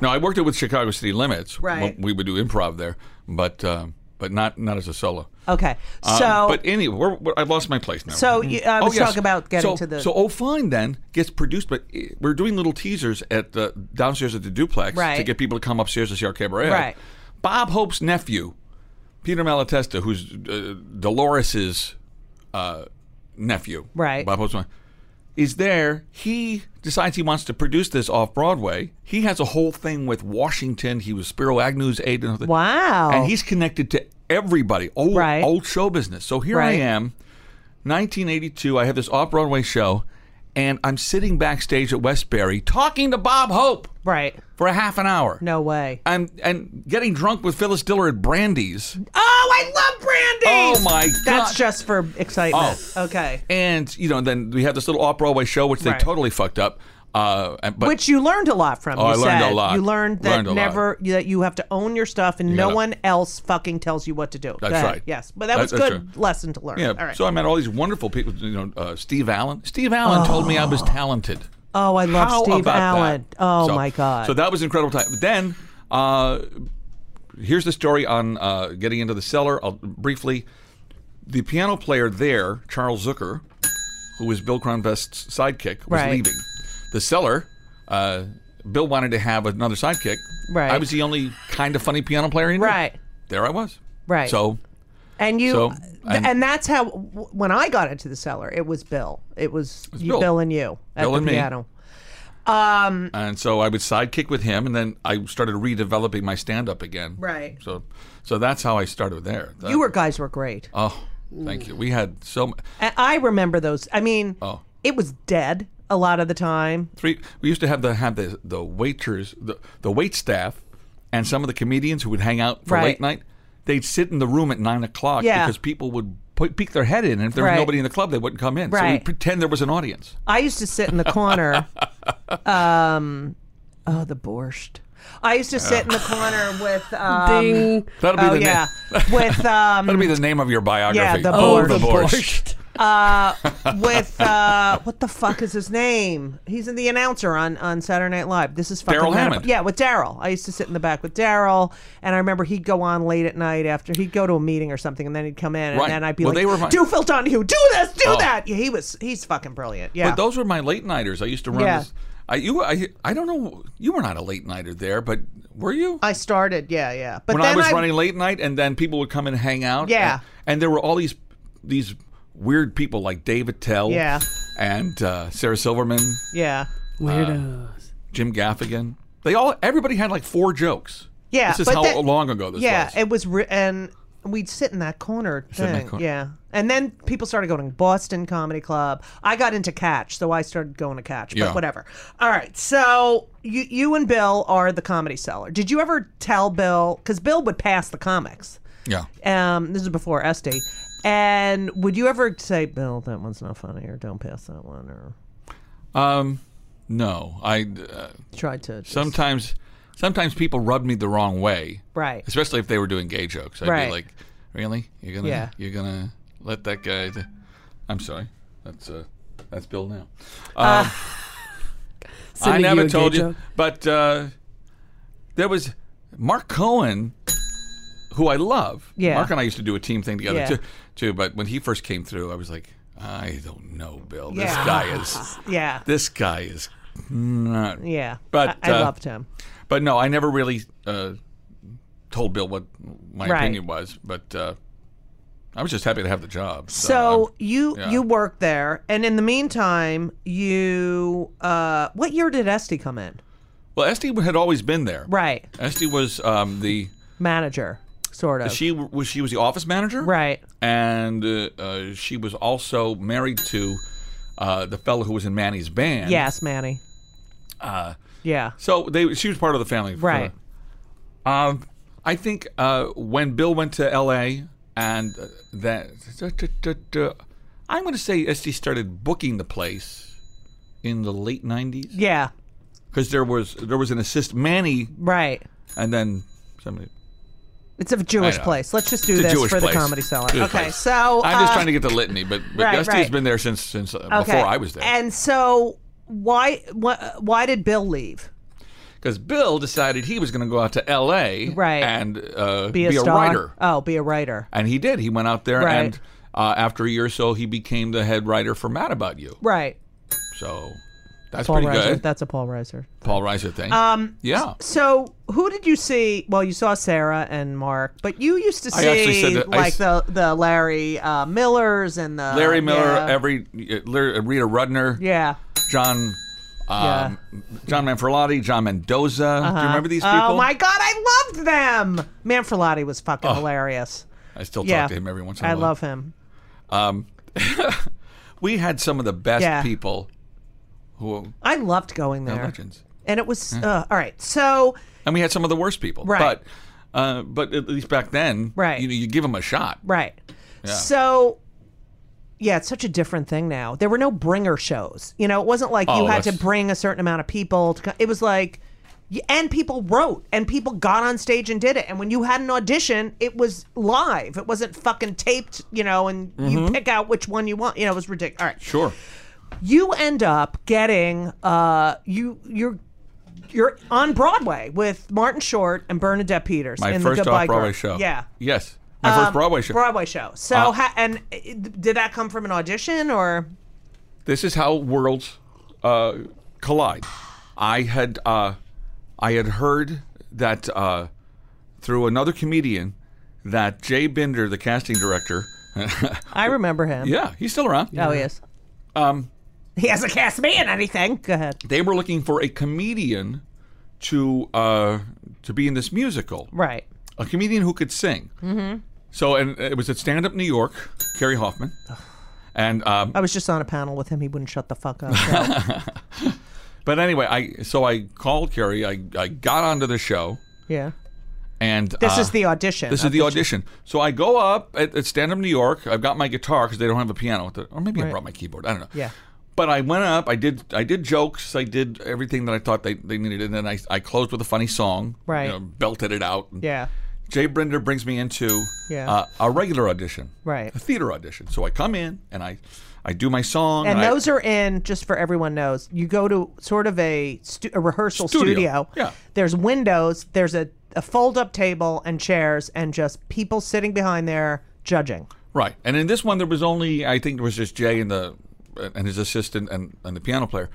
No, I worked it with Chicago City Limits.
Right.
We would do improv there, but uh, but not not as a solo.
Okay.
Um,
So,
but anyway, we're, we I've lost my place now.
so you, I
Oh,
was
yes.
talking uh, about getting
so,
to the.
So Oh Fine then gets produced, but uh, we're doing little teasers at the downstairs at the duplex to
Right.
get people to come upstairs to see our cabaret.
Right.
Bob Hope's nephew, Peter Malatesta, who's uh, Dolores's uh, nephew.
Right.
Bob Hope's nephew, Is there? He decides he wants to produce this off Broadway. He has a whole thing with Washington. He was Spiro Agnew's aide. And all that.
Wow.
And he's connected to everybody. Old,
Oh. Right.
old show business. So here I
Right.
am, 1982. I have this off Broadway show, and I'm sitting backstage at Westbury talking to Bob Hope
right.
for a half an hour.
No way.
I'm and getting drunk with Phyllis Diller at Brandy's.
Oh, I love Brandy.
Oh my god!
That's just for excitement.
Oh.
Okay.
And you know, then we have this little off Broadway show, which they
Right.
totally fucked up. Uh, and- but
Which you learned a lot from.
Oh,
you
I learned a
said.
lot.
You learned that
Learned a lot.
never that you have to own your stuff and no
gotta-
one else fucking tells you what to do. Go
That's
ahead.
right.
Yes, but that
That-
was
that's
good
true.
lesson to learn.
yeah,
All right.
so I met all these wonderful people. You know, uh, Steve Allen. Steve Allen told me I was talented.
oh, I love
How
Steve
about that?
Allen. Oh
So-
my god.
So that was incredible time. Then, uh, here's the story on uh, getting into the cellar. I'll briefly. The piano player there, Charles Zucker, who was Bill Cronvest's sidekick, was
Right.
leaving. The cellar. Uh, Bill wanted to have another sidekick.
Right.
I was the only kind of funny piano player he knew.
Right.
There I was.
Right.
So
and you
so,
th-
I'm-
and that's how w- when I got into the cellar, it was Bill. It was, you,
Bill.
Bill. and you at
Bill
the
and me.
piano. Um,
and so I would sidekick with him, and then I started redeveloping my stand up again.
Right.
So, so that's how I started there. That-
You were guys were great.
Uh, Oh, thank you. We had so m-
And I remember those. I mean,
Oh.
it was dead a lot of the time.
three. We used to have the have the the waiters, the the wait staff, and some of the comedians who would hang out for
Right.
late night. They'd sit in the room at nine o'clock
Yeah.
because people would put, peek their head in, and if there was
Right.
nobody in the club, they wouldn't come in. So we
Right.
pretend there was an audience.
I used to sit in the corner. um, oh, the borscht. I used to sit in the corner with. Um,
Ding.
Oh. That'll be
oh
the
yeah,
name.
with
That'll
um,
be the name of your biography.
the
oh, the
borscht.
borscht.
with uh, what the fuck is his name? He's in the announcer on on Saturday Night Live. This is fucking
Daryl
not a-
Hammond.
Yeah, with Daryl. I used to sit in the back with Daryl, and I remember he'd go on late at night after he'd go to a meeting or something, and then he'd come in,
Right.
and then I'd be
Well,
like,
they were my-
"Do Phil Donahue? Do this? Do
Oh.
that?" Yeah, he was. He's fucking brilliant. Yeah.
But those were my late nighters. I used to run.
Yeah.
This, I you I I don't know. You were not a late nighter there, but were you?
I started, yeah, yeah. But
when
then
I was running late night, and then people would come and hang out.
Yeah.
and, and there were all these these weird people like Dave Attell.
Yeah.
and uh, Sarah Silverman,
yeah,
Weirdos.
Jim Gaffigan. They all everybody had like four jokes.
yeah.
this is
but
how
that-
long ago this
yeah,
was.
it was, re- and we'd sit in that corner
Sit in that
thing,
corner.
yeah. And then people started going to Boston Comedy Club. I got into Catch, so I started going to Catch. But
Yeah.
whatever. All right, so you you and Bill are the comedy seller. Did you ever tell Bill? Because Bill would pass the comics.
yeah.
Um, this is before Esty. And would you ever say, Bill, that one's not funny, or don't pass that one, or
Um, no, I uh,
try to just-
sometimes sometimes people rubbed me the wrong way.
right?
especially if they were doing gay jokes. I'd
Right.
be like, "Really? You're gonna
Yeah.
you're gonna let that guy?" Th- I'm sorry, that's uh, that's Bill now. Um, I
Sending
never
you a gay
told you,
joke.
but uh, there was Mark Cohen, who I love.
Yeah.
Mark and I used to do a team thing together
Yeah.
too, too. But when he first came through, I was like, I don't know, Bill. This
Yeah.
guy is.
Yeah.
This guy is not.
Yeah.
But,
I, I
uh,
loved him.
But no, I never really uh, told Bill what my
Right.
opinion was. But uh, I was just happy to have the job. Uh, So,
So you
yeah.
you worked there, and in the meantime, you uh, what year did Esty come in?
well, Esty had always been there.
Right,
Esty was um, the
manager, sort of.
she was she was the office manager.
right,
and uh, uh, she was also married to uh, the fellow who was in Manny's band.
yes, Manny.
Uh,
Yeah,
so they she was part of the family.
Right.
Um, I think uh, when Bill went to L.A. and uh, that I'm going to say SD started booking the place in the late '90s
yeah,
because there was there was an assist Manny
right.
and then somebody.
It's a Jewish
I know.
place. Let's just do
It's a
this
Jewish
for
place.
the comedy cellar.
Jewish
okay,
place.
so
I'm just
uh,
trying to get the litany, but, but
right,
has
right.
been there since since
okay.
uh, before I was there.
And so why why why did Bill leave?
because Bill decided he was going to go out to L.A.
Right.
and uh,
Be a, star?
writer,
Oh, be a writer.
and he did. He went out there,
Right.
and uh, after a year or so, he became the head writer for Mad About You.
Right.
So that's
Paul
pretty
Reiser.
good.
That's a Paul Reiser.
Paul Reiser thing. Um, yeah.
So, who did you see? Well, you saw Sarah and Mark, but you used to
I actually
see
said that I
like
s-
the the Larry uh, Millers and the
Larry Miller,
yeah.
every uh, Larry, Rita Rudner,
yeah.
John,
Yeah.
um, John Manfrotati, John Mendoza. Do you remember these people?
Oh my God, I loved them. Manfrotati was fucking
Oh.
hilarious.
I still
yeah,
talk to him every once in a
I
while.
love him.
Um, we had some of the best
Yeah.
people who
I loved going
are
there,
legends,
and it was uh, all right. So,
and we had some of the worst people.
Right.
But uh, but at least back then,
Right.
You know, you give them a shot.
right, so. Yeah, it's such a different thing now. There were no bringer shows. You know, it wasn't like you
Oh,
had to
that's-
bring a certain amount of people. To, co- it was like, y- and people wrote, and people got on stage and did it. And when you had an audition, it was live. It wasn't fucking taped. You know, and you pick out which one you want. You know, it was ridiculous. All right,
Mm-hmm. Sure.
you end up getting uh you you're you're on Broadway with Martin Short and Bernadette Peters
My
in
first
the Goodbye
off Broadway
Girl.
show.
Yeah.
Yes. My first Broadway show.
Um, Broadway show. So
Uh,
ha- and uh, did that come from an audition or
this is how worlds uh, collide. I had uh, I had heard that uh, through another comedian that Jay Binder, the casting director,
I remember him.
yeah, he's still around.
Oh, yes.
Um,
He hasn't cast me in anything. Go ahead.
they were looking for a comedian to uh, to be in this musical,
Right.
a comedian who could sing. Mm-hmm. So, and it was at Stand Up New York, Gary Hoffman, and um,
I was just on a panel with him. He wouldn't shut the fuck up. So.
but anyway, I so I called Carrie. I, I got onto the show,
yeah.
and
This
uh,
is the audition.
This is the audition. So I go up at, at Stand Up New York. I've got my guitar because they don't have a piano, at the- or maybe I
Right.
brought my keyboard. I don't know.
Yeah.
But I went up. I did. I did jokes. I did everything that I thought they, they needed, and then I, I closed with a funny song.
Right.
You know, belted it out.
Yeah.
Jay Brinder brings me into
Yeah.
uh, a regular audition.
Right.
A theater audition. So I come in and I I do my song.
And
I-
those are in, just for everyone knows, you go to sort of a, stu- a rehearsal
Studio,
studio.
yeah.
There's windows, there's a, a fold up table and chairs, and just people sitting behind there judging.
Right. And in this one, there was only I think there was just Jay and the and his assistant and, and the piano player.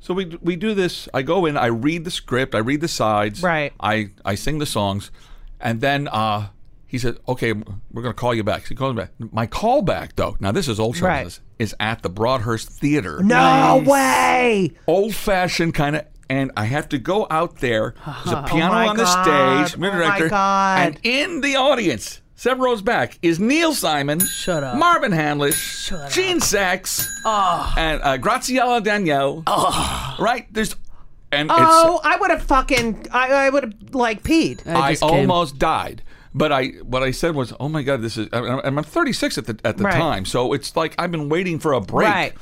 So we we do this. I go in. I read the script. I read the sides.
Right.
I I sing the songs, and then uh, he said, "Okay, we're going to call you back." So he calls me back. My callback though. Now this is old show
Right.
business, Is at the Broadhurst Theater.
No way!
Old fashioned kind of. And I have to go out there. There's a piano
Oh my
on the
God.
stage.
Oh
music
my
director,
God.
And in the audience, several rows back, is Neil Simon. Shut
up.
Marvin Hamlish. Gene Sachs.
Ah.
And uh, Graziella Danielle. Right? There's. And it's.
Oh, I would have fucking, I, I would have like peed.
I,
just came.
almost died. But I, what I said was, "Oh my God, this is." And I'm- and I'm 36 at the at the
Right.
time, so it's like I've been waiting for a break.
Right.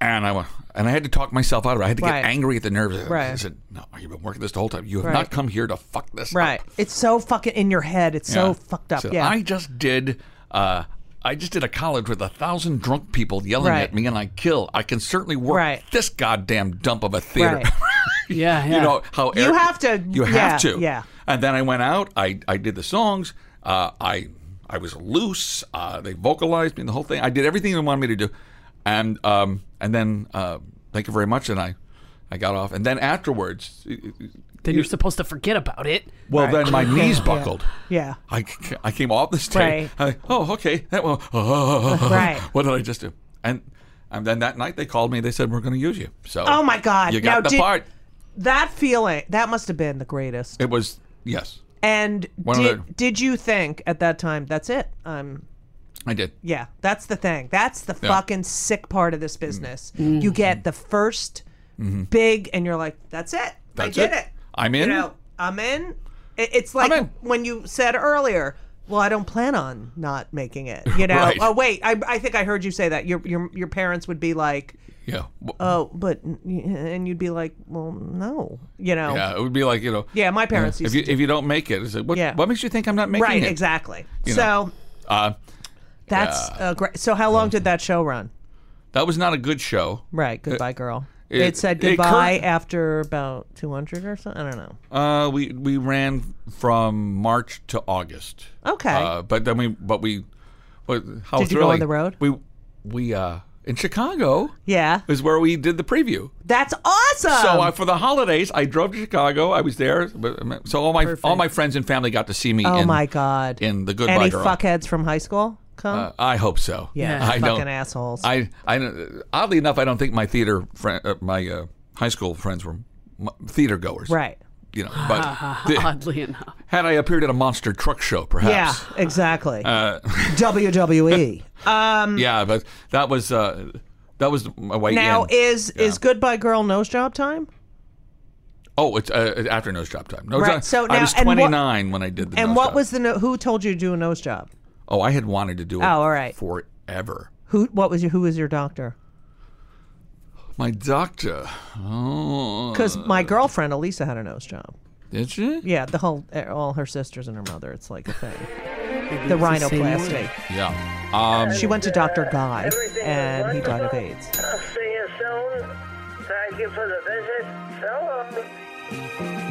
And I went, and I had to talk myself out of it. I had to
Right.
get angry at the nerves. I
Right.
said, "No, you've been working this the whole time. You have
Right.
not come here to fuck this up."
Right. Uh, It's so fucking in your head. It's
Yeah.
so fucked up.
So
yeah.
I just did. Uh, I just did a college with a thousand drunk people yelling
Right.
at me, and I kill. I can certainly work
Right.
this goddamn dump of a theater.
Right.
Yeah, yeah.
You know how
You
Eric-
have to-
You have
yeah,
to.
yeah.
And then I went out. I I did the songs. Uh, I I was loose. Uh, they vocalized me and the whole thing. I did everything they wanted me to do. and um, and then uh, thank you very much, and I I got off, and then afterwards,
Then you're supposed to forget about it.
well, then my knees buckled.
Yeah.
I, c- I came off the stage. I- oh, okay. That well,
Right.
What did I just do? And and then that night they called me. They said we're going to use you. So
Oh, my God.
you
Now,
got the
did-
part.
That feeling, that must have been the greatest.
It was yes,
And
One
did,
of the-
did you think at that time, that's it? Um,
I did.
yeah, that's the thing. That's the fucking sick part of this business.
Mm-hmm.
You get the 1st big, and you're like, that's it. I
That's
did
it.
it.
I'm in.
You know, I'm in. It- It's like
in.
when you said earlier. Well, I don't plan on not making it. You know.
Right.
Oh wait, I, I think I heard you say that. Your your your parents would be like,
Yeah. W-
oh, but and you'd be like, well, no. You know.
Yeah, it would be like you know.
Oh. Yeah, my parents
If
used
you
to do
if you don't make it, it's like, what,
Yeah.
what makes you think I'm not making
Right.
it?
Exactly.
You
So
know. Uh,
that's uh, great. So how long did that show run?
that was not a good show.
Right. Goodbye, girl. It,
it-
said
it cur-
goodbye after about 200 or something. I don't know.
Uh, we we ran from March to August.
Okay.
Uh, but then we but we, what, how
Did you go
thrilling.
on the road?
We we uh in Chicago
Yeah.
is where we did the preview.
That's awesome.
So uh, for the holidays, I drove to Chicago. I was there, but- so all my all my friends and family got to see me.
oh
in,
my god.
In the Goodbye
Any
Girl.
fuckheads from high school come?
Uh, I hope so.
Yeah,
I
fucking
don't-
assholes.
I, I oddly enough, I don't think my theater friend, uh, my uh, high school friends were m- theater goers.
right.
You know, but th-
Oddly enough.
had I appeared at a monster truck show, perhaps. Uh,
Yeah, exactly. E. WWE. Mm.
Yeah. Yeah, but that was uh, that was my way
now
in.
is is Goodbye Girl nose job time?
oh, it's uh, after nose job time. No
Right,
job.
so now-
I was
and what-
29 when I did the.
And
nose
what
job.
was the no, who told you to do a nose job?
Oh, I had wanted to do it.
Oh, all right.
Forever.
Who what was your who was your doctor?
My doctor. Oh,
Because my girlfriend Elisa had a nose job.
did she?
Yeah, the whole eh, all her sisters and her mother. It's like a thing. The rhinoplasty.
Yeah. Um,
She went to Doctor Guy, and he died of AIDS.
I'll see you soon. Thank you for the visit. So long.